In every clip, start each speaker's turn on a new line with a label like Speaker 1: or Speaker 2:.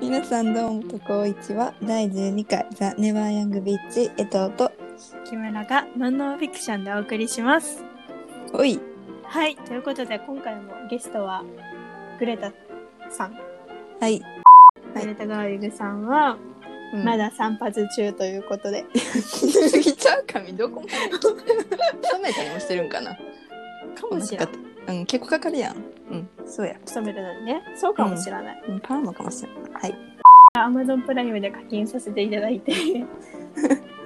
Speaker 1: 皆さんどうもとこいちは第12回ザ・ネバーヤングビッチ江藤と
Speaker 2: 木村がノンノンフィクションでお送りします。
Speaker 1: おい
Speaker 2: はい、ということで今回もゲストはグレタさん。
Speaker 1: はい、はい
Speaker 2: グレタ・ガーリグさんは
Speaker 1: うん
Speaker 2: まだ散髪中ということで、
Speaker 1: 切りすぎちゃう髪どこまで染めたりもしてるんかな
Speaker 2: かもしれない。
Speaker 1: いうん結構かかるやんうんそうや、
Speaker 2: 勤めるのにね、そうかもしれない。
Speaker 1: うん、パーマかもしれないはい
Speaker 2: Amazon プライムで課金させていただ いて、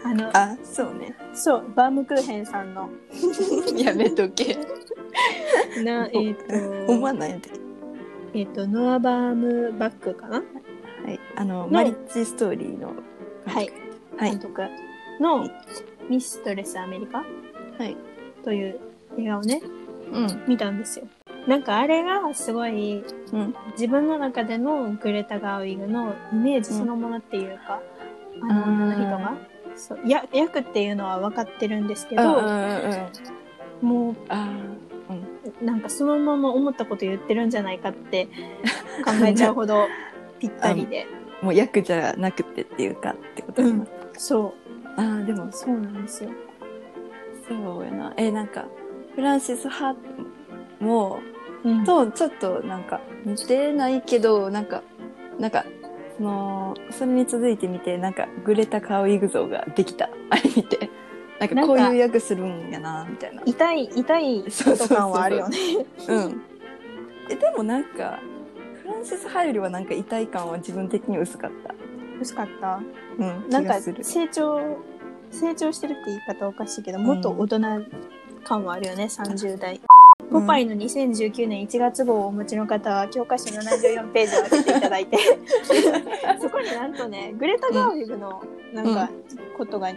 Speaker 2: あの、
Speaker 1: あそうね
Speaker 2: そう、バームクーヘンさんの、
Speaker 1: やめと け
Speaker 2: なえっ、
Speaker 1: 思わ
Speaker 2: と、
Speaker 1: ないで
Speaker 2: えっ、と、ノアバームバッグかな
Speaker 1: はいあのマリッジストーリーの
Speaker 2: はい
Speaker 1: はい
Speaker 2: 監督の「ミストレスアメリカ」
Speaker 1: はい
Speaker 2: という映画をね
Speaker 1: うん
Speaker 2: 見たんですよ。なんかあれがすごい
Speaker 1: うん
Speaker 2: 自分の中でのグレタ・ガーウィグのイメージそのものっていうか、あの女の人
Speaker 1: う
Speaker 2: がそうや役っていうのは分かってるんですけ
Speaker 1: うんうんう
Speaker 2: ど、
Speaker 1: ん
Speaker 2: も
Speaker 1: あ
Speaker 2: うなんかそのまま思ったこと言ってるんじゃないかって考えちゃうほどぴったりで、
Speaker 1: ーもう役じゃなくてっていうかってことかな、
Speaker 2: うんそ
Speaker 1: あーでも
Speaker 2: うそうなんですよ。
Speaker 1: そうやな。え、なんか、フランシス・ハーも、
Speaker 2: うん
Speaker 1: と、ちょっとなんか、似てないけど、なんか、なんか、その、それに続いてみて、なんか、グレタ・カウイグ像ができた。あれ見て。なんか、こういう役するんやな、みたいな。
Speaker 2: 痛い痛いこと感はあるよね。
Speaker 1: うん。え、でもなんか、フランシス・ハよりはなんか痛い感は自分的に薄かった。
Speaker 2: 薄かった。
Speaker 1: うん。
Speaker 2: なん
Speaker 1: 気
Speaker 2: か
Speaker 1: がする。
Speaker 2: 成長成長してるって言い方おかしいけど、もっと大人感はあるよね30代。ポパイの2019年1月号をお持ちの方は教科書74ページを開けていただいてそこになんとねグレタ・ガーウィグのなんかことが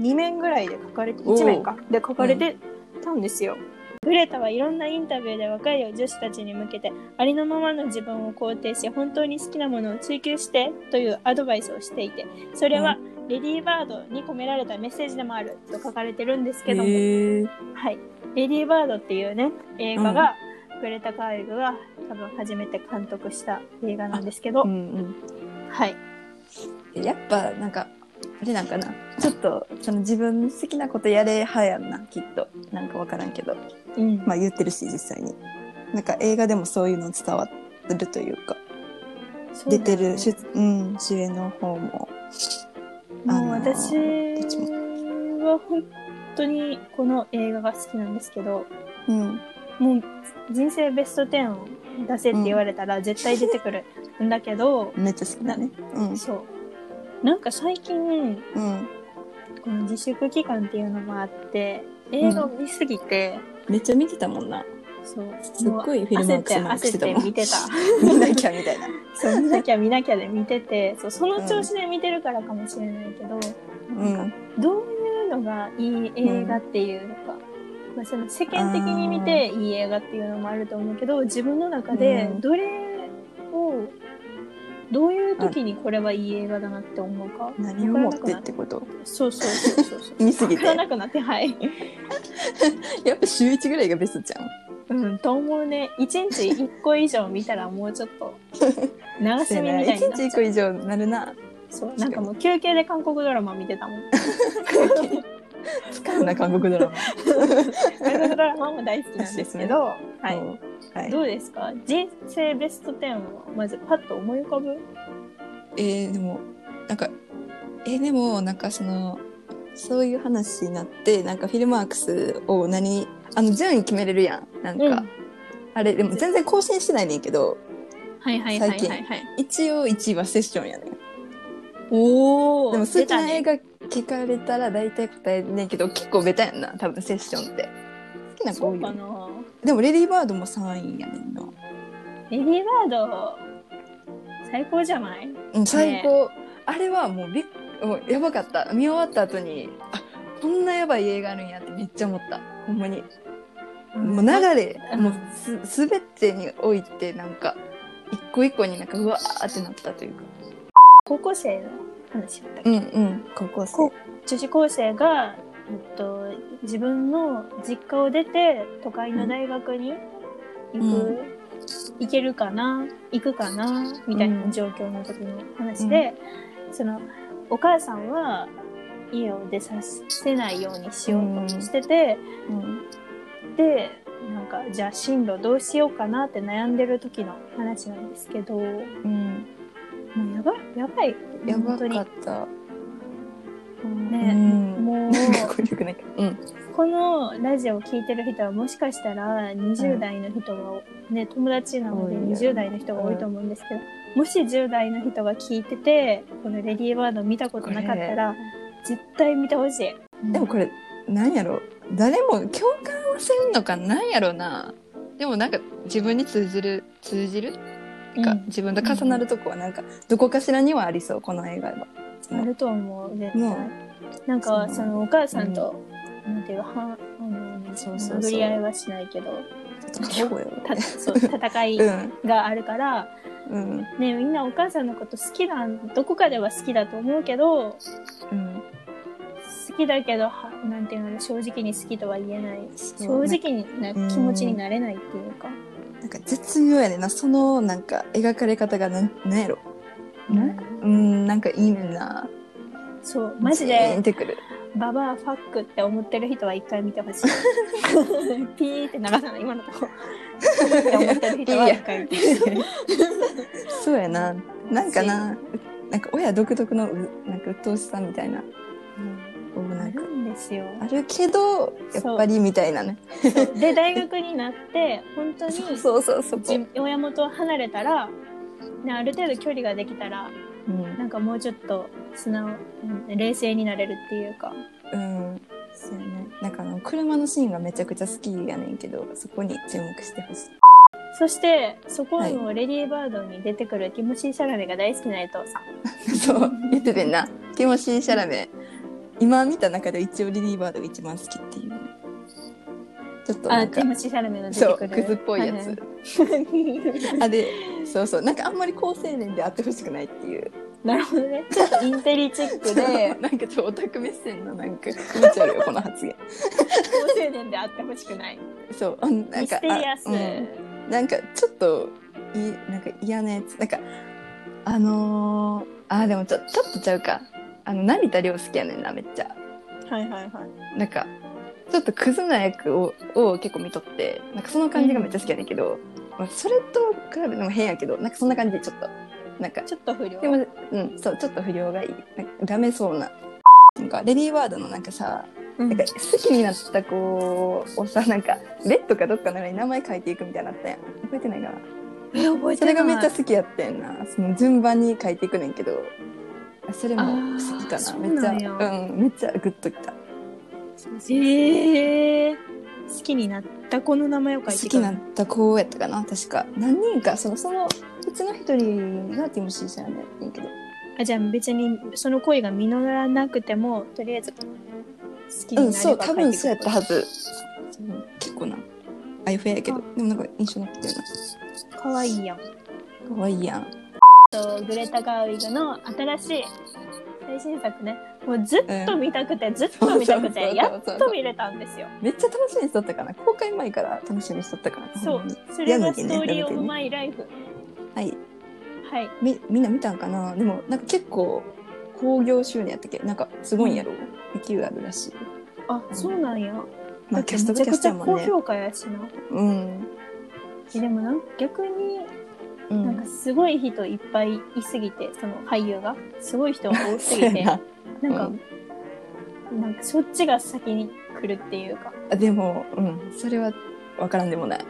Speaker 2: 2面ぐらいで書かれて
Speaker 1: おう
Speaker 2: 1面かで書かれてたんですよ。グレタはいろんなインタビューで若い女子たちに向けてありのままの自分を肯定し本当に好きなものを追求してというアドバイスをしていてそれはレディーバードに込められたメッセージでもあると書かれてるんですけども、
Speaker 1: えー
Speaker 2: はい、レディーバードっていうね映画が、グレタ・カーウィグが多分初めて監督した映画なんですけど、
Speaker 1: うんうん。
Speaker 2: はい、
Speaker 1: やっぱなんかあれなんかなちょっとその自分好きなことやれ派やんなきっとなんか分からんけど
Speaker 2: うん
Speaker 1: まあ言ってるし実際になんか映画でもそういうの伝わるというか
Speaker 2: そうだ
Speaker 1: 出
Speaker 2: よね
Speaker 1: てる主,、うん、主演の方もあ
Speaker 2: もう
Speaker 1: の
Speaker 2: 私
Speaker 1: どっちも
Speaker 2: は本当にこの映画が好きなんですけど
Speaker 1: うん
Speaker 2: もう人生ベスト10を出せって言われたら絶対出てくるんだけど、
Speaker 1: めっちゃ好きだねうん
Speaker 2: そうなんか最近
Speaker 1: うん
Speaker 2: この自粛期間っていうのもあって映画を見すぎて、
Speaker 1: めっちゃ見てたもんな
Speaker 2: そう
Speaker 1: すっごいフィルマ
Speaker 2: 焦
Speaker 1: ー
Speaker 2: っ
Speaker 1: クス
Speaker 2: て
Speaker 1: マークして
Speaker 2: 焦ったて
Speaker 1: もん
Speaker 2: 見てた
Speaker 1: 見なきゃみたいな
Speaker 2: そう見なきゃ見なきゃで見ててそうその調子で見てるからかもしれないけど、
Speaker 1: うん
Speaker 2: どういうのがいい映画っていうのか、まあ、その世間的に見ていい映画っていうのもあると思うけど自分の中で
Speaker 1: うん
Speaker 2: どれをどういう時にこれはいい映画だなって思うか
Speaker 1: 何を持ってっ
Speaker 2: 分からなくな
Speaker 1: てこと
Speaker 2: てそうそうそうそうそ う
Speaker 1: 見すぎて
Speaker 2: 分からなくなってはい、
Speaker 1: やっぱ週1ぐらいがベストじゃん
Speaker 2: うん、と思うね1日1個以上見たらもうちょっ と流し見み
Speaker 1: 1
Speaker 2: たいになっち
Speaker 1: 日
Speaker 2: ゃ
Speaker 1: 1
Speaker 2: う
Speaker 1: 個以上なるな
Speaker 2: そうなんかもう休憩で韓国ドラマ見てたもん
Speaker 1: 使うな韓国ドラマ
Speaker 2: 韓国ドラマも大好きなんですけどはい
Speaker 1: うんはい
Speaker 2: どうですか人生ベスト10をまずパッと思い浮かぶ
Speaker 1: えーでもなんかえーでもなんかそのそういう話になってなんかフィルマークスを何あの順位決めれるやんなんか、
Speaker 2: うん
Speaker 1: あれでも全然更新してないねんけど
Speaker 2: はいはい
Speaker 1: い
Speaker 2: は
Speaker 1: はいい
Speaker 2: は
Speaker 1: はいい
Speaker 2: は。
Speaker 1: はい一応1位はセッションやねん
Speaker 2: お
Speaker 1: でも好きな映
Speaker 2: ね、
Speaker 1: 画聞かれたら大体答えんねんけど結構ベタやんな多分セッションって好きな子
Speaker 2: そ
Speaker 1: 多
Speaker 2: う
Speaker 1: い
Speaker 2: か
Speaker 1: よ
Speaker 2: な
Speaker 1: でもレディーバードも3位やねんな
Speaker 2: レディーバード、最高じゃない
Speaker 1: うん、最高、あれはもうびっもうやばかった見終わった後にあこんなやばい映画あるんやってめっちゃ思ったほんまにもう流れ、
Speaker 2: うん
Speaker 1: もうす全てにおいてなんか一個一個になんかうわーってなったというか
Speaker 2: 高校生の話だったっけ
Speaker 1: うんうん高校生
Speaker 2: こ女子高生が、えっと、自分の実家を出て都会の大学に行く、行けるかな行くかなみたいな状況の時の話で、そのお母さんは家を出させないようにしようとしてて、
Speaker 1: うん
Speaker 2: でなんかじゃあ進路どうしようかなって悩んでる時の話なんですけどもう
Speaker 1: うん、
Speaker 2: やばいやばい
Speaker 1: やば
Speaker 2: 本当に
Speaker 1: かった。
Speaker 2: ね、
Speaker 1: うん
Speaker 2: もう
Speaker 1: なんか こういうくないか。うん。
Speaker 2: このラジオを聞いてる人はもしかしたら20代の人は、ね、友達なので
Speaker 1: 多いよ
Speaker 2: 20代の人が多いと思うんですけど、もし10代の人が聞いててこの「レディーバード」見たことなかったら絶対見てほしい。
Speaker 1: でもこれ、なんやろ誰も共感はせんのかなんやろな。でもなんか自分に通じる、通じる
Speaker 2: うん
Speaker 1: か、自分と重なるとこはなんか、どこかしらにはありそう、この映画は。
Speaker 2: あると思う絶対、
Speaker 1: ね
Speaker 2: なんか
Speaker 1: そう
Speaker 2: そのお母さんと、なんていうかはあの
Speaker 1: そうそうそう
Speaker 2: 殴り合いはしないけど
Speaker 1: 過保護やろ
Speaker 2: たそう戦い
Speaker 1: うん、
Speaker 2: があるから、
Speaker 1: うん、
Speaker 2: ね、みんなお母さんのこと好きなんどこかでは好きだと思うけど
Speaker 1: うん。
Speaker 2: 好きだけどはなんていうの正直に好きとは言えない正
Speaker 1: そうね
Speaker 2: 直な気持ちになれないっていうか、
Speaker 1: なんか絶妙やねんな、そのなんか描かれ方がなん、なんやろ。ねうん、なんかいいねんな。
Speaker 2: そうマジ
Speaker 1: ジーンっ
Speaker 2: で
Speaker 1: て くる。
Speaker 2: ババアファックって思ってる人は一回見てほ しいピーって流さない今のとこって思ってる人は一回見てほしい
Speaker 1: そうやな。なんかな、なんか親独特のう、なんか鬱陶しさみたいな。をな
Speaker 2: あ
Speaker 1: んか
Speaker 2: るんですよ。
Speaker 1: あるけど、やっぱりみたいなね。
Speaker 2: そうで大学になって本当に
Speaker 1: そうそうそう、そこ。
Speaker 2: じ親元を離れたら、ね、ある程度距離ができたら
Speaker 1: うん。
Speaker 2: なんかもうちょっと素直、うん冷静になれるっていうか。
Speaker 1: うん。そうやね。なんかあの、車のシーンがめちゃくちゃ好きやねんけど、そこに注目してほしい。
Speaker 2: そしてそこはもうレディーバードに出てくる気持ちいいシャラメが大好きな江藤さ ん。
Speaker 1: そう、言っててんな。ティモシー・シャラメ。今見た中で一応リリーバードが一番好きっていう。ちょっとな
Speaker 2: あ、
Speaker 1: んか
Speaker 2: ティ、モシー・シャラメの出
Speaker 1: そ
Speaker 2: て
Speaker 1: う、
Speaker 2: くる。
Speaker 1: クズっぽいやつ。
Speaker 2: はいはい。
Speaker 1: あ、で、そうそう、なんかあんまり高青年であってほしくないっていう。、
Speaker 2: なるほどね。ちょっとインテリチックで
Speaker 1: なんかちょっとオタク目線のなんか、気持ち悪いよ、この発言。
Speaker 2: 高青年であってほしくない。
Speaker 1: そう、あなんか、
Speaker 2: ミステリアス。
Speaker 1: あうんなんかちょっと、い、なんか嫌なやつ。なんか、あのー、あ、でもちょ、ちょっとちゃうか。あの、成田凌好きやねんな、めっちゃ。
Speaker 2: はいはいはい。
Speaker 1: なんか、ちょっとクズな役をを結構見とって、なんかその感じがめっちゃ好きやねんけど、まあ、それと比べても変やけど、なんかそんな感じちょっと、なんか、
Speaker 2: ちょっと不良。
Speaker 1: でも、うん、そう、ちょっと不良がいい。なんかダメそうな。なんか、レディーワードのなんかさ、
Speaker 2: うん
Speaker 1: なんか好きになった子をさ、なんか、ベッドかどっかの上に名前書いていくみたいなのあったやん。覚えてないかな。
Speaker 2: え覚え
Speaker 1: それ
Speaker 2: てな
Speaker 1: がめ
Speaker 2: い
Speaker 1: っちゃ好きやったやんな。その順番に書いていくねんけど、あそれも好きかな。
Speaker 2: あーそう
Speaker 1: めっち
Speaker 2: な
Speaker 1: ゃ、
Speaker 2: んや
Speaker 1: うん、めっちゃグッときた。
Speaker 2: へえ好きになった子の名前を書い
Speaker 1: 好
Speaker 2: てくる
Speaker 1: きになった子やったかな確か何人かそのそのうちの一人がティムシーさんやってんけど
Speaker 2: あじゃあ別にその恋が実らなくてもとりあえず好きになれば
Speaker 1: うんそう
Speaker 2: 書
Speaker 1: 多
Speaker 2: いてくる
Speaker 1: 分そうやったはず、うん結構なあやふややけどでもなんか印象なくて
Speaker 2: 可愛いやん
Speaker 1: な可愛いやん
Speaker 2: とグレタ・ガーウィグの新しい最新作ねもうずっと見たくて、ずっと見た
Speaker 1: そ
Speaker 2: く
Speaker 1: うそうそうそ
Speaker 2: て
Speaker 1: う
Speaker 2: やっと見れたんですよ
Speaker 1: めっちゃ楽しみにしとったかな公開前から楽しみにしとったからほん
Speaker 2: そ
Speaker 1: ま
Speaker 2: う
Speaker 1: に
Speaker 2: それ
Speaker 1: や
Speaker 2: が
Speaker 1: のに
Speaker 2: ス
Speaker 1: ね
Speaker 2: トーリー・
Speaker 1: や
Speaker 2: オ
Speaker 1: めて
Speaker 2: ブ・
Speaker 1: ね
Speaker 2: マイ・ライフ
Speaker 1: はい
Speaker 2: はい
Speaker 1: みみんな見たんかなでもなんか結構興行収入やったっけなんかすごいんやろ勢いあるらしい
Speaker 2: あそうなんや、
Speaker 1: ま
Speaker 2: だ
Speaker 1: あ
Speaker 2: って
Speaker 1: キャスト
Speaker 2: めちゃ
Speaker 1: がキャ
Speaker 2: く
Speaker 1: ス
Speaker 2: ち
Speaker 1: ト
Speaker 2: ゃ
Speaker 1: やも
Speaker 2: 高
Speaker 1: んね
Speaker 2: 評価やしな、
Speaker 1: うん
Speaker 2: えでもなんか逆に
Speaker 1: う
Speaker 2: なんかすごい人いっぱいいすぎてその俳優がすごい人が多 す
Speaker 1: そう
Speaker 2: ぎ
Speaker 1: や
Speaker 2: て
Speaker 1: な
Speaker 2: なんか、
Speaker 1: うん
Speaker 2: なんかそっちが先に来るっていうか。
Speaker 1: あでも、うん、それは分からんでもない。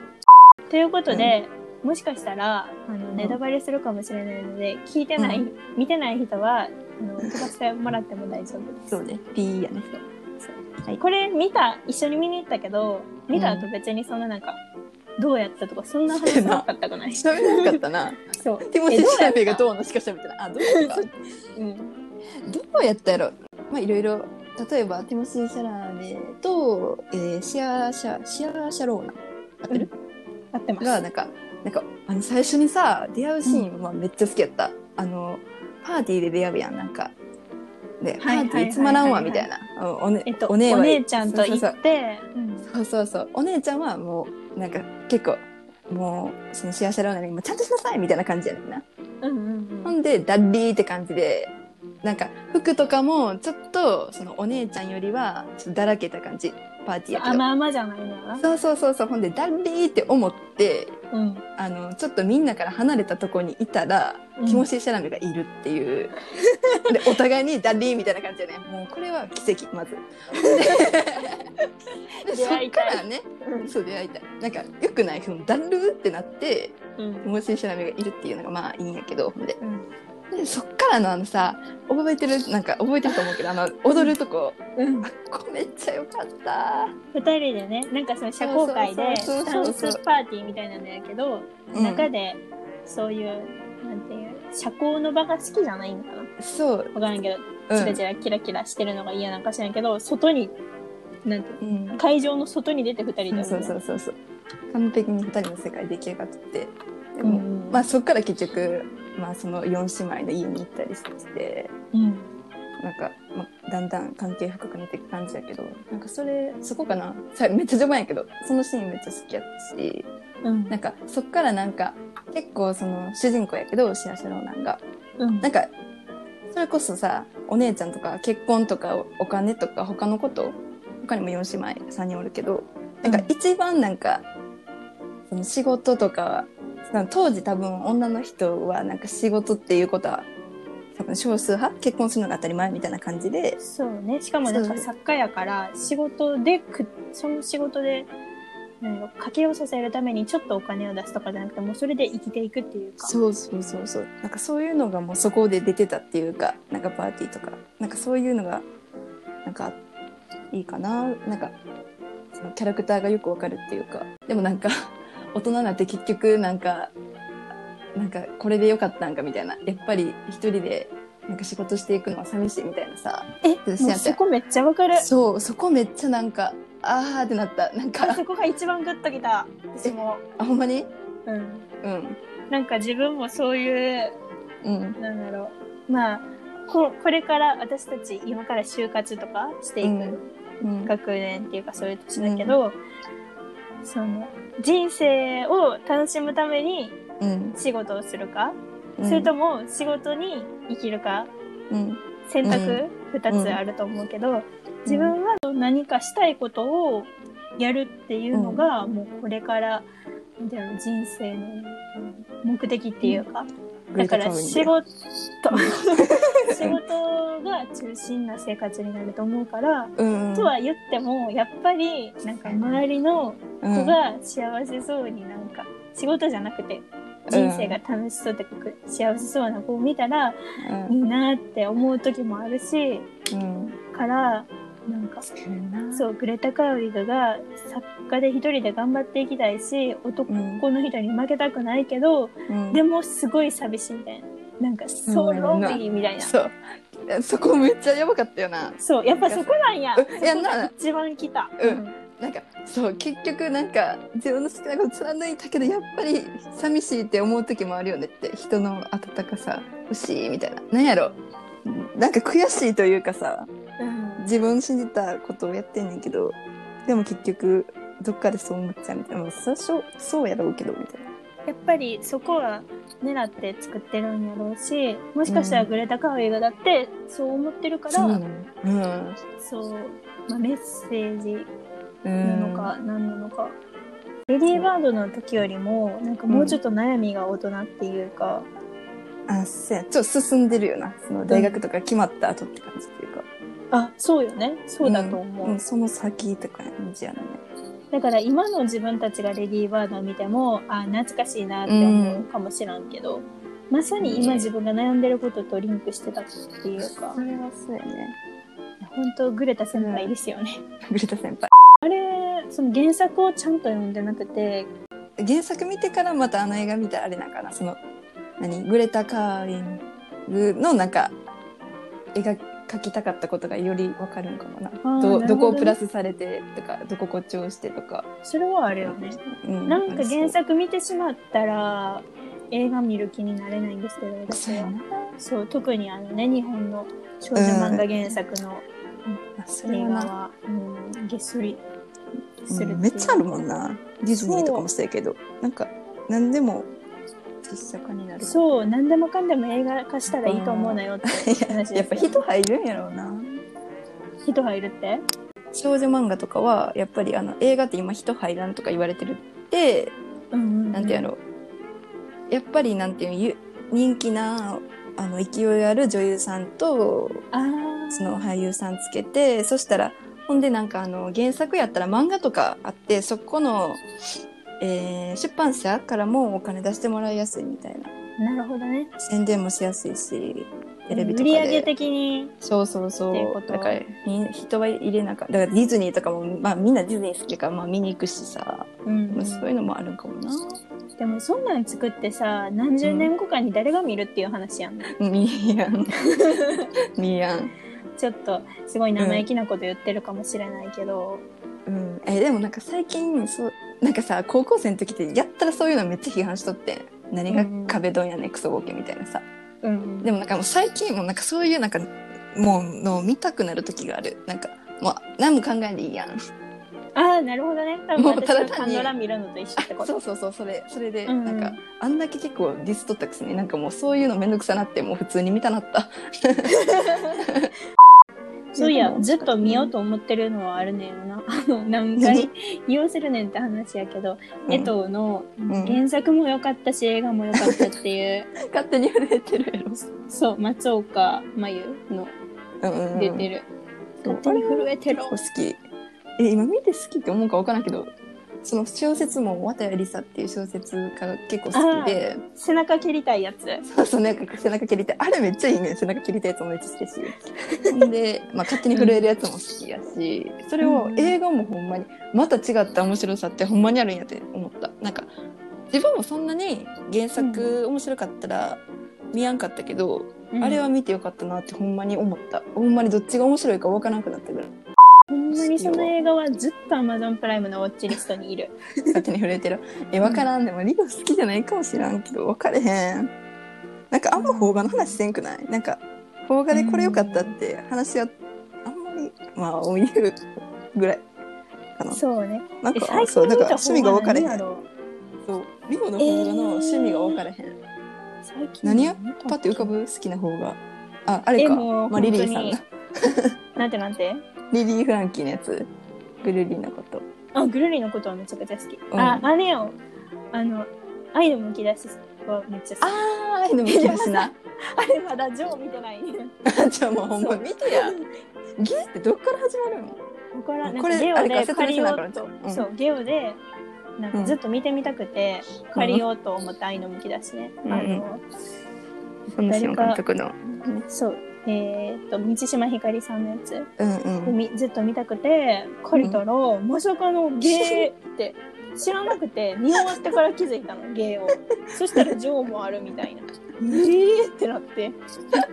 Speaker 2: ということで、もしかしたらあのネタバレするかもしれないので、聞いてない、
Speaker 1: う
Speaker 2: 見てない人はあの飛ばしてもらっても大丈夫です。
Speaker 1: そうね。ピーやね。はい
Speaker 2: これ見た一緒に見に行ったけど見た後別にそんななんか、どうやったとかそんな話なかったくない
Speaker 1: 調べなかった な。
Speaker 2: そう
Speaker 1: ティモシー・シャラメが
Speaker 2: う、
Speaker 1: どうのしか喋ってない。あ、どうやった か
Speaker 2: うん、
Speaker 1: どうやったやろまあ、いろいろ。例えば、ティモシー・シャラメと、えーシアー・シャ、シアー・シャローナ。合ってる、
Speaker 2: 合ってます
Speaker 1: が、なんか、なんか、あの、最初にさ、出会うシーン、まあ、めっちゃ好きやった。あの、パーティーで出会うやん、なんか。で、パ
Speaker 2: はいはいはいはい
Speaker 1: ーティーつまらんわ、みたいな。おおね
Speaker 2: えっと
Speaker 1: お
Speaker 2: お
Speaker 1: 姉
Speaker 2: 姉
Speaker 1: は
Speaker 2: ちゃんと行って
Speaker 1: そうそうそう
Speaker 2: うん
Speaker 1: そうそうそうお姉ちゃんはもうなんか結構もうその幸せラーメンにもちゃんとしなさいみたいな感じやねんな。
Speaker 2: うんう
Speaker 1: ほ
Speaker 2: ん
Speaker 1: んでダッリーって感じでなんか服とかもちょっとそのお姉ちゃんよりはちょっとだらけた感じパーティーやけど。
Speaker 2: 甘々じゃないのよな。
Speaker 1: そうそうそうそうほんでダッリーって思って
Speaker 2: うん。
Speaker 1: あのちょっとみんなから離れたとこにいたら、
Speaker 2: うん
Speaker 1: 気持ちいいシャラメがいるっていうでお互いにダッリーみたいな感じでねもうこれは奇跡まずで
Speaker 2: 出
Speaker 1: そ
Speaker 2: 会
Speaker 1: っ
Speaker 2: い
Speaker 1: か
Speaker 2: たい
Speaker 1: らねそう出会いたいなんかよくないそのダルーってなって
Speaker 2: うん
Speaker 1: 気。持ちいいシャラメがいるっていうのがまあいいんやけどほんで
Speaker 2: うん。
Speaker 1: でそっからのあのさ覚えてるなんか覚えてると思うけどあの踊るとこ
Speaker 2: うん。
Speaker 1: これめっちゃよかった
Speaker 2: 二人でね、なんかその社交界で、
Speaker 1: そうそ
Speaker 2: スタ
Speaker 1: うそう
Speaker 2: ン
Speaker 1: そう
Speaker 2: スパーティーみたいなのやけど、
Speaker 1: うん
Speaker 2: 中で、そういう、なんていう、社交の場が好きじゃないのかな。わ
Speaker 1: そう、
Speaker 2: からんけど、
Speaker 1: うん
Speaker 2: チラチラキラキラしてるのが嫌なんか知らんけど、外に、なんていう
Speaker 1: うん
Speaker 2: の、会場の外に出て二人で
Speaker 1: そうそうそうそうそう完璧に2人の世界出来上がっててで
Speaker 2: う
Speaker 1: も、
Speaker 2: ん。
Speaker 1: まあ、そっから結局、まあ、その4姉妹の家に行ったりして
Speaker 2: うん。
Speaker 1: なんか、まあ、だんだん関係深くなっていく感じやけどなんかそれそこかなさめっちゃ序盤やけどそのシーンめっちゃ好きやったし
Speaker 2: うん
Speaker 1: なんかそっからなんか結構その主人公やけど幸せ郎なんが
Speaker 2: うん
Speaker 1: なんかそれこそさお姉ちゃんとか結婚とかお金とか他のこと他にも4姉妹3人おるけどなんか
Speaker 2: うん
Speaker 1: 一番なんか、その仕事とかその当時多分女の人はなんか仕事っていうことは多分少数派結婚するのが当たり前みたいな感じで
Speaker 2: そうね。しかもなんか作家やから、仕事でく、その仕事で、なんやろ家計を支えるためにちょっとお金を出すとかじゃなくて、もうそれで生きていくっていうか。
Speaker 1: そうそうそうそうなんかそういうのがもうそこで出てたっていうかなんかパーティーとかなんかそういうのがなんかいいかななんかそのキャラクターがよくわかるっていうかでもなんか 大人になって結局なんかなんかこれでよかったんかみたいなやっぱり一人でなんか仕事していくのは寂しいみたいなさ
Speaker 2: え、
Speaker 1: そう
Speaker 2: もうそこめっちゃわかる。
Speaker 1: そうそこめっちゃなんかあーってなったなん か
Speaker 2: そこが一番グッときた。私も。
Speaker 1: あほんまに
Speaker 2: うん。
Speaker 1: うん
Speaker 2: なんか自分もそういう、
Speaker 1: うん
Speaker 2: なんだろう。まあ、ここれから私たち今から就活とかしていく、
Speaker 1: うん
Speaker 2: 学年っていうかそういう年だけど、その人生を楽しむために
Speaker 1: うん
Speaker 2: 仕事をするか、
Speaker 1: うん
Speaker 2: それとも仕事に生きるか
Speaker 1: うん
Speaker 2: 選択2つあると思うけど、自分は何かしたいことをやるっていうのが、もうこれからなんだろう人生の目的っていうか、だから仕事 仕事が中心な生活になると思うから。
Speaker 1: うん
Speaker 2: とは言ってもやっぱりなんか周りの
Speaker 1: うん
Speaker 2: 子が幸せそうになんか仕事じゃなくて人生が楽しそうとか幸せそうな子を見たらいいなって思う時もあるし
Speaker 1: うん
Speaker 2: からなんかそうグレタ・カーウィグが作家で一人で頑張っていきたいし男
Speaker 1: うん
Speaker 2: の人に負けたくないけど
Speaker 1: うん
Speaker 2: でもすごい寂しいみたいななんか「そうロンリー」みたいな
Speaker 1: そうえそこめっちゃやばかったよな
Speaker 2: そうやっぱそこなんや
Speaker 1: うんいやな
Speaker 2: 一番来た
Speaker 1: うんなんかそう結貫なんか自分の好きなこと貫いたけどやっぱり寂しいって思う時もあるよねって人の温かさ欲しいみたいななんやろなんか悔しいというかさ
Speaker 2: うん
Speaker 1: 自分信じたことをやってんねんけどでも結局どっかでそう思っちゃうみたいなまあそりゃそうそうやろうけどみたいな
Speaker 2: やっぱりそこは狙って作ってるんやろうしもしかしたらグレタ・カーウィグだってそう思ってるから、
Speaker 1: のうん
Speaker 2: そう、まあ、メッセージ
Speaker 1: う
Speaker 2: なんのか何なのか、レディー・バードの時よりもなんかもうちょっと悩みが大人っていうか、
Speaker 1: あそうやちょっと進んでるよなその大学とか決まった後って感じっていうか、
Speaker 2: あそうよねそうだと思う、
Speaker 1: うん、その先とか感じやね
Speaker 2: だから今の自分たちがレディー・バードを見てもあ懐かしいなって思うかもしらんけど、まさに今自分が悩んでることとリンクしてたっていうか、
Speaker 1: れはそうやね
Speaker 2: 本当グレタ先輩ですよね、
Speaker 1: グレタ先輩
Speaker 2: あれその原作をちゃんと読んでなくて
Speaker 1: 原作見てからまたあの映画見たらあれなんかなその何グレタ・カーリングのなんか描き描きたかったことがよりわかるんかもな
Speaker 2: ーなるほど
Speaker 1: ど
Speaker 2: ね
Speaker 1: どこをプラスされてとかどこ誇張してとか、
Speaker 2: それはあれよね
Speaker 1: うん、
Speaker 2: なんか原作見てしまったら映画見る気になれないんですけど
Speaker 1: そうそ
Speaker 2: 私
Speaker 1: うや
Speaker 2: は
Speaker 1: な
Speaker 2: そう特にあのね日本の少女漫画原作の
Speaker 1: あそれ
Speaker 2: 映
Speaker 1: は
Speaker 2: 画
Speaker 1: な、
Speaker 2: は、うん、げっそりす
Speaker 1: う
Speaker 2: る
Speaker 1: ん、めっちゃあるも
Speaker 2: ん
Speaker 1: んなディズニーとかもそうやけどなんか何でも実写化になる
Speaker 2: そう何でもかんでも映画化したらいいと思う なよって話です
Speaker 1: やっぱ人入るんやろうな
Speaker 2: 人入るって
Speaker 1: 少女漫画とかはやっぱりあの映画って今人入らんとか言われてるって
Speaker 2: うんうん
Speaker 1: なんてや
Speaker 2: う
Speaker 1: ろうやっぱりなんていうのゆ人気なあの勢いある女優さんと
Speaker 2: あー
Speaker 1: その俳優さんつけてそしたらほんでなんかあの原作やったら漫画とかあってそこの、えー出版社からもお金出してもらいやすいみたいな
Speaker 2: なるほどね
Speaker 1: 宣伝もしやすいしテレビとかで
Speaker 2: 売り上げ的に
Speaker 1: そうそうそ
Speaker 2: っていう
Speaker 1: う
Speaker 2: こと
Speaker 1: だからみ人は入れなかっただからディズニーとかも、まあ、みんなディズニー好きやから、まあ、見に行くしさ、
Speaker 2: うん
Speaker 1: まあそういうのもあるんかもな
Speaker 2: でもそんなん作ってさ何十年後かに誰が見るっていう話やん、
Speaker 1: 見や ん見やん
Speaker 2: ちょっとすごい生意気なこと言ってるかもしれないけど、
Speaker 1: うん、えでもなんか最近そうなんかさ高校生の時ってやったらそういうのめっちゃ批判しとってん何が壁ドンやねんクソボケみたいなさ
Speaker 2: うん
Speaker 1: でもなんかもう最近もうなんかそういうなんかもうのを見たくなる時があるなんかもう何も考えんでいいやん
Speaker 2: ああなるほどね多
Speaker 1: も
Speaker 2: 分
Speaker 1: う
Speaker 2: 私
Speaker 1: ただ
Speaker 2: が
Speaker 1: 単に
Speaker 2: カンドラ見るのと一緒ってこ
Speaker 1: そう
Speaker 2: と
Speaker 1: そうそうそれそれで
Speaker 2: う
Speaker 1: なんんか、あんだけ結構ディスっとったくせになんかもうそういうのめんどくさなってもう普通に見たなった
Speaker 2: そういやずっと見ようと思ってるのはあるねんな あの何回言わせるねんって話やけど「
Speaker 1: うん
Speaker 2: 江藤の
Speaker 1: ん
Speaker 2: 原作も良かったし映画も良かったっていう
Speaker 1: 勝手に震えてるやろ
Speaker 2: そう松岡真優の
Speaker 1: うんうん
Speaker 2: 出てる、
Speaker 1: そう
Speaker 2: 勝手に震えてろ
Speaker 1: 結構好きえ今見て好きって思うか分からんけどその小説も綿谷りさっていう小説家が結構好きで
Speaker 2: 背中蹴りたいやつ
Speaker 1: そうそうなんか背中蹴りたいあれめっちゃいいね背中蹴りたいやつもめっちゃ好きだしほんで、まあ、勝手に震えるやつも好きやしそれを
Speaker 2: うん
Speaker 1: 映画もほんまにまた違った面白さってほんまにあるんやって思ったなんか自分もそんなに原作面白かったら見やんかったけど、あれは見てよかったなってほんまに思ったほんまにどっちが面白いか分からなくなったぐらい
Speaker 2: ほんまにその映画はずっと Amazon プライムのウォッチリストにいる。
Speaker 1: 勝手に触れてる。え、わからん。でも、リオ好きじゃないかもしらんけど、わかれへん。なんか、あんま邦画の話せんくないなんか、邦画でこれ良かったって話は、あんまり、まあ、お言うぐらいかな。
Speaker 2: そうね。
Speaker 1: なん
Speaker 2: え、
Speaker 1: か、
Speaker 2: 最
Speaker 1: そう、
Speaker 2: 近
Speaker 1: だ
Speaker 2: 見
Speaker 1: から
Speaker 2: た
Speaker 1: 趣味が
Speaker 2: 方
Speaker 1: 分か
Speaker 2: が
Speaker 1: れへ
Speaker 2: 何や
Speaker 1: ん。
Speaker 2: ろう
Speaker 1: そう、リオの邦画の趣味が分かれへん。
Speaker 2: 最近
Speaker 1: 何や
Speaker 2: 見た
Speaker 1: パッて浮かぶ好きな邦画。あ、あれ
Speaker 2: え、
Speaker 1: か。
Speaker 2: もう、
Speaker 1: まあ、リリーさんだ。
Speaker 2: な。なんてなんて
Speaker 1: リリー・フランキーのやつ。ぐるりのこと。
Speaker 2: あ、ぐるりのことはめちゃくちゃ好き。
Speaker 1: ん
Speaker 2: あ、あれよ。あの、愛のむき出しはめっちゃ好き。
Speaker 1: あー、でも見てますな。
Speaker 2: あれまだジョー見てないね。
Speaker 1: じゃあもうほんま、見てや。ゲーってどっから始まるの
Speaker 2: ここら、なん
Speaker 1: こ
Speaker 2: か
Speaker 1: れ
Speaker 2: ゲ
Speaker 1: あ
Speaker 2: オ
Speaker 1: れか
Speaker 2: で
Speaker 1: 説明
Speaker 2: 借り
Speaker 1: し
Speaker 2: よ
Speaker 1: なあかん
Speaker 2: う
Speaker 1: やつ
Speaker 2: と。
Speaker 1: うん
Speaker 2: そう、ゲオで、なんかずっと見てみたくて、借りようと思って愛のむき出しね。
Speaker 1: うん
Speaker 2: あの、
Speaker 1: その島監督の。
Speaker 2: そう。えーっと、満島ひかりさんのやつ。
Speaker 1: うんうん。
Speaker 2: みずっと見たくて借りたら、まさかのゲーって知らなくて見終わってから気づいたのゲーをそしたらジョーもあるみたいなえーってなってびっ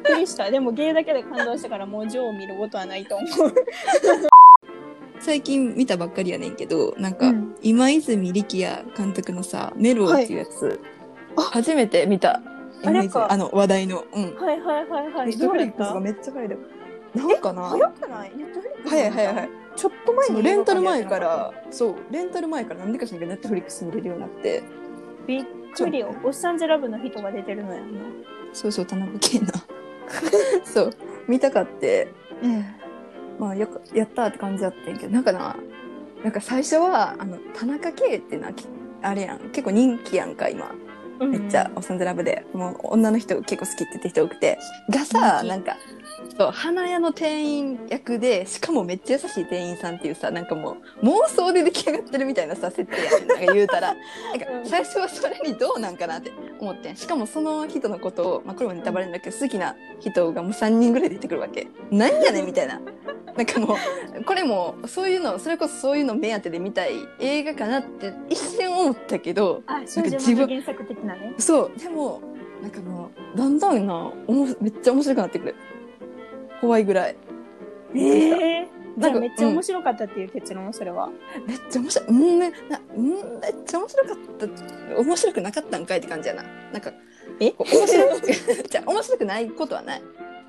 Speaker 2: くりしたでもゲーだけで感動したからもうジョーを見ることはないと思う、
Speaker 1: 最近見たばっかりやねんけど、なんか、今泉力也監督のさ、メロウっていうやつ、
Speaker 2: あ
Speaker 1: 初めて見た。
Speaker 2: あれ
Speaker 1: 今泉
Speaker 2: か
Speaker 1: あの話題の。うん。
Speaker 2: はいはいはいは
Speaker 1: ネ
Speaker 2: い
Speaker 1: ット
Speaker 2: ど
Speaker 1: フ
Speaker 2: う
Speaker 1: リ
Speaker 2: や
Speaker 1: ッ
Speaker 2: っ
Speaker 1: クスが
Speaker 2: た
Speaker 1: めっちゃ早いだなんかな
Speaker 2: 早くないネットフリックス
Speaker 1: 早い早い早い。
Speaker 2: ちょっと前
Speaker 1: そ
Speaker 2: に
Speaker 1: うレンタル前から、そう、レンタル前からなんでかしらんけど、ネットフリックス見れるようになって。
Speaker 2: びっくりよおっさんずラブの人が出てるのやな
Speaker 1: そうそう、田中圭な。 そう、見たかって。まあ、よくやったって感じだったんやけどなんかななんか最初はあの田中圭ってなきあれやん結構人気やんか今
Speaker 2: うん
Speaker 1: めっちゃ「おさんずラブで」もう女の人結構好きって言ってる人多くてがさ
Speaker 2: 人気
Speaker 1: なんかそう花屋の店員役でしかもめっちゃ優しい店員さんっていうさなんかもう妄想で出来上がってるみたいなさ設定やねんなんか言う たらなん
Speaker 2: うん
Speaker 1: か最初はそれにどうなんかなって思ってんしかもその人のことを、まあ、これもネタバレなんだけど好きな人がもう3人ぐらい出てくるわけなんやねんみたいな。なんかもうこれもそういうのそれこそそういうの目当てで見たい映画かなって一瞬思ったけど
Speaker 2: あ少女漫画原作的なね
Speaker 1: そうでもなんかもうだんだんなおもめっちゃ面白くなってくる怖いぐらい
Speaker 2: ええじ
Speaker 1: な
Speaker 2: ゃ
Speaker 1: ん
Speaker 2: あ
Speaker 1: か
Speaker 2: めっちゃ面白かったっていう結論それは。
Speaker 1: うんめっちゃ面白いうんねなうんめっちゃ面白かった面白くなかったんかいって感じやななんか
Speaker 2: え
Speaker 1: こう面白いじゃあ面白く ないことはない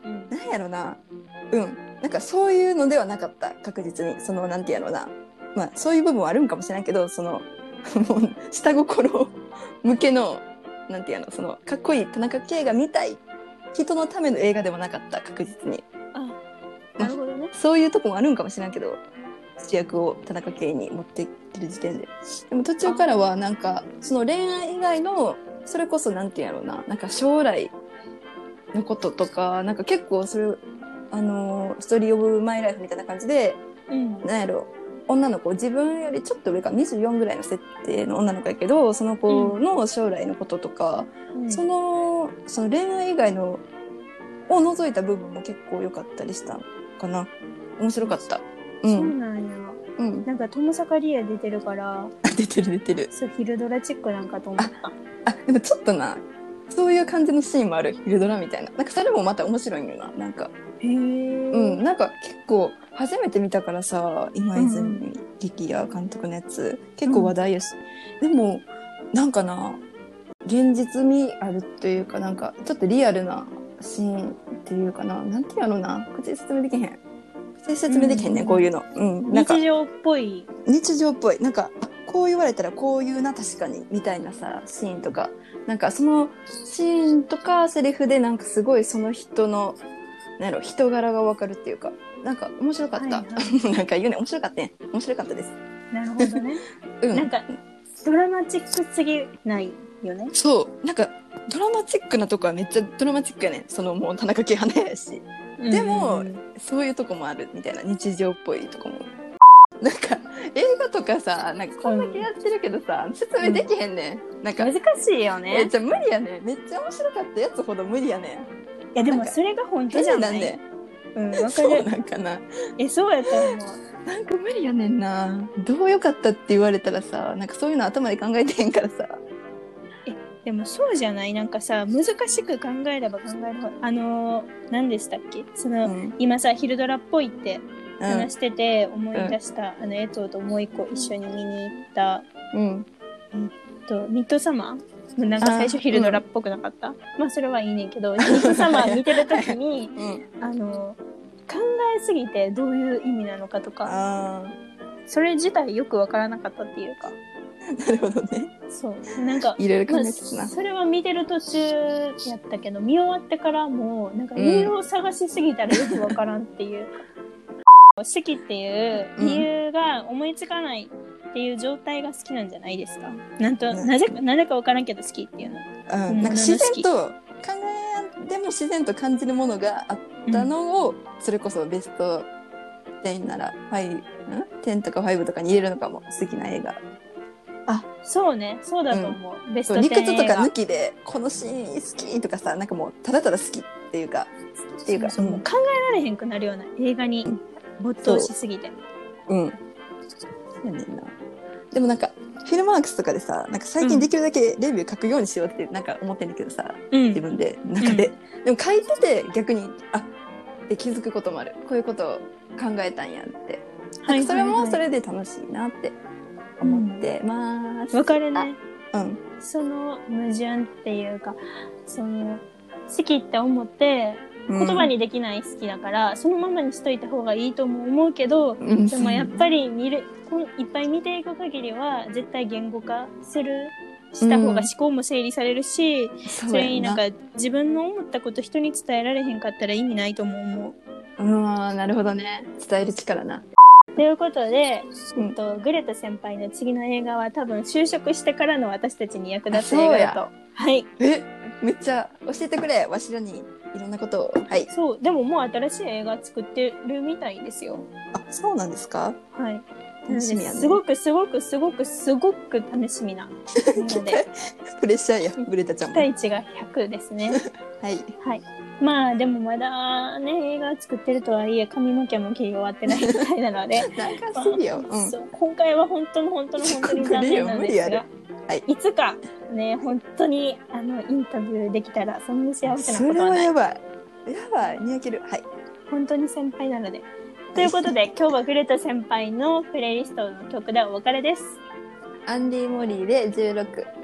Speaker 2: うん
Speaker 1: なんやろなうんなんかそういうのではなかった確実に そのなんてやろうなまあそういう部分はあるんかもしれないけどそのもう下心を向けのなんていうのそのかっこいい田中圭が見たい人のための映画でもなかった確実に
Speaker 2: なるほどね。
Speaker 1: そういうとこもあるんかもしれんけど主役を田中圭に持ってきる時点ででも途中からはなんかその恋愛以外のそれこそなんていうんやろうななんか将来のこととかなんか結構それあのストーリー・オブ・マイ・ライフみたいな感じで
Speaker 2: うん。
Speaker 1: なんやろ女の子自分よりちょっと上か24ぐらいの設定の女の子やけどその子の将来のこととか、そのその恋愛以外のを除いた部分も結構良かったりしたのかな面白かったう
Speaker 2: そうんなんや。
Speaker 1: うん
Speaker 2: なんかトム・サカリア出てるから、
Speaker 1: あ出てる出てる
Speaker 2: そう、ヒルドラチックなんかと思った。
Speaker 1: あでもちょっとなそういう感じのシーンもある昼ドラみたいななんかそれもまた面白いんよななんか
Speaker 2: へえ。
Speaker 1: うん、なんか結構初めて見たからさ今泉力也監督のやつ、結構話題やし、でもなんかな現実味あるというかなんかちょっとリアルなシーンっていうかななんていうのな口で説明できへん口で説明できへんね、
Speaker 2: うん
Speaker 1: こういうの、うん、なんか
Speaker 2: 日常っぽい。
Speaker 1: 日常っぽいなんかあこう言われたらこう言うな確かにみたいなさシーンとかなんかそのシーンとかセリフでなんかすごいその人のなんやろ人柄がわかるっていうかなんか面白かった、
Speaker 2: はい は
Speaker 1: なんか言うね面白かったね面白かったです
Speaker 2: なるほどね。
Speaker 1: うん
Speaker 2: なんか、ドラマチックすぎないよね。
Speaker 1: そうなんかドラマチックなとこはめっちゃドラマチックやねんそのもう田中圭花やしでも
Speaker 2: うん
Speaker 1: そういうとこもあるみたいな日常っぽいとこもなんか映画とかさなんかこんだけやってるけどさ、説明できへんねん、なんか
Speaker 2: 難しいよ
Speaker 1: え
Speaker 2: ね。
Speaker 1: じゃあ無理やねんめっちゃ面白かったやつほど無理やねん
Speaker 2: いやで
Speaker 1: な
Speaker 2: も
Speaker 1: んか
Speaker 2: それが本
Speaker 1: 無
Speaker 2: 当
Speaker 1: 理
Speaker 2: じゃ
Speaker 1: な
Speaker 2: なん
Speaker 1: ね
Speaker 2: い。
Speaker 1: ん
Speaker 2: うん、わか
Speaker 1: そう
Speaker 2: る。
Speaker 1: なんかな
Speaker 2: え、そうやと思う。
Speaker 1: なんか無理やねんなどうよかったって言われたらさなんかそういうの頭で考えてへんからさ
Speaker 2: でもそうじゃないなんかさ難しく考えれば考えるほどあのー何でしたっけその、
Speaker 1: うん
Speaker 2: 今さ昼ドラっぽいって話してて思
Speaker 1: うん
Speaker 2: い出した、あの江藤ともう一個一緒に見に行った
Speaker 1: うん
Speaker 2: とミッドサマーなんか最初
Speaker 1: あー
Speaker 2: 昼ドラっぽくなかった、まあそれはいいねんけどミッドサマー見てる時に
Speaker 1: うん
Speaker 2: あのー考えすぎてどういう意味なのかとか
Speaker 1: あ
Speaker 2: それ自体よくわからなかったっていうか
Speaker 1: ーなるほどね
Speaker 2: そうなんか
Speaker 1: いろいろ
Speaker 2: ま
Speaker 1: 考
Speaker 2: あ、
Speaker 1: えてたな、
Speaker 2: それは見てる途中やったけど見終わってからもうなんか理由を探しすぎたらよくわからんっていう、好きっていう理由が思いつかないっていう状態が好きなんじゃないですかなんと
Speaker 1: うん
Speaker 2: なぜかなぜかわからんけど好きっていうの、
Speaker 1: うん
Speaker 2: うん
Speaker 1: なんか自然と考えでも自然と感じるものがあったのを、それこそベスト10なら5ん10とか5とかに入れるのかも好きな映画
Speaker 2: あそうねそうだと思う、ベス
Speaker 1: そ
Speaker 2: ト
Speaker 1: う
Speaker 2: 10
Speaker 1: 理屈と
Speaker 2: 映
Speaker 1: か
Speaker 2: 画
Speaker 1: 抜きでこのシーン好きとかさなんかもうただただ好きっていうかっていうか
Speaker 2: そうそうもう考えられへんくなるような映画に没頭しすぎて
Speaker 1: うん、うん、そうやねんなでもなんかフィルマークスとかでさなんか最近できるだけレビュー書くようにしようってなんか思ってんだけどさ、
Speaker 2: うん
Speaker 1: 自分で中で、でも書いてて逆にあって気づくこともあるこういうことを考えたんやって
Speaker 2: は
Speaker 1: な
Speaker 2: い
Speaker 1: んかそれ
Speaker 2: はいは
Speaker 1: も
Speaker 2: い
Speaker 1: それで楽しいなって思ってます、
Speaker 2: わかるね
Speaker 1: うん
Speaker 2: その矛盾っていうかその好きって思って
Speaker 1: うん
Speaker 2: 言葉にできない好きだから、そのままにしといた方がいいとも思うけど
Speaker 1: うん
Speaker 2: でもやっぱり見るこんいっぱい見ていく限りは絶対言語化するした方が思考も整理されるし、
Speaker 1: そう
Speaker 2: そ
Speaker 1: や
Speaker 2: れになんか自分の思ったこと人に伝えられへんかったら意味ないとも思
Speaker 1: うんなるほどね伝える力な
Speaker 2: う。ということで、
Speaker 1: うん
Speaker 2: えっと、グレタ先輩の次の映画は多分就職してからの私たちに役立つ
Speaker 1: あそ
Speaker 2: 映
Speaker 1: うや
Speaker 2: 画だと。はい、
Speaker 1: えめっちゃ教えてくれわしらにいろんなことをはい
Speaker 2: そうでももう新しい映画作ってるみたいですよ。
Speaker 1: あそうなんですか
Speaker 2: はい。
Speaker 1: 楽しみやね
Speaker 2: すごくすごくすごくすごく楽しみな。なので、
Speaker 1: プレッシャーやグレタちゃん
Speaker 2: 期
Speaker 1: もはい
Speaker 2: 待値が100ですね。はい。まあでもまだね、映画作ってるとはいえ、髪の毛も切り終わってないみたいなので、
Speaker 1: 長すぎようん
Speaker 2: そう今回は本当の本当の本当に残念なん
Speaker 1: 無
Speaker 2: です
Speaker 1: 理
Speaker 2: が
Speaker 1: よ、はい
Speaker 2: いつかね、本当にあのインタビューできたら、そんな幸せ
Speaker 1: そ
Speaker 2: なこ
Speaker 1: れ
Speaker 2: とは
Speaker 1: は
Speaker 2: ない。
Speaker 1: やばいやばいにやけるはい
Speaker 2: 本当に先輩なので。ということで、今日はグレタ先輩のプレイリストの曲でお別れです。
Speaker 1: アンディ・モリーで16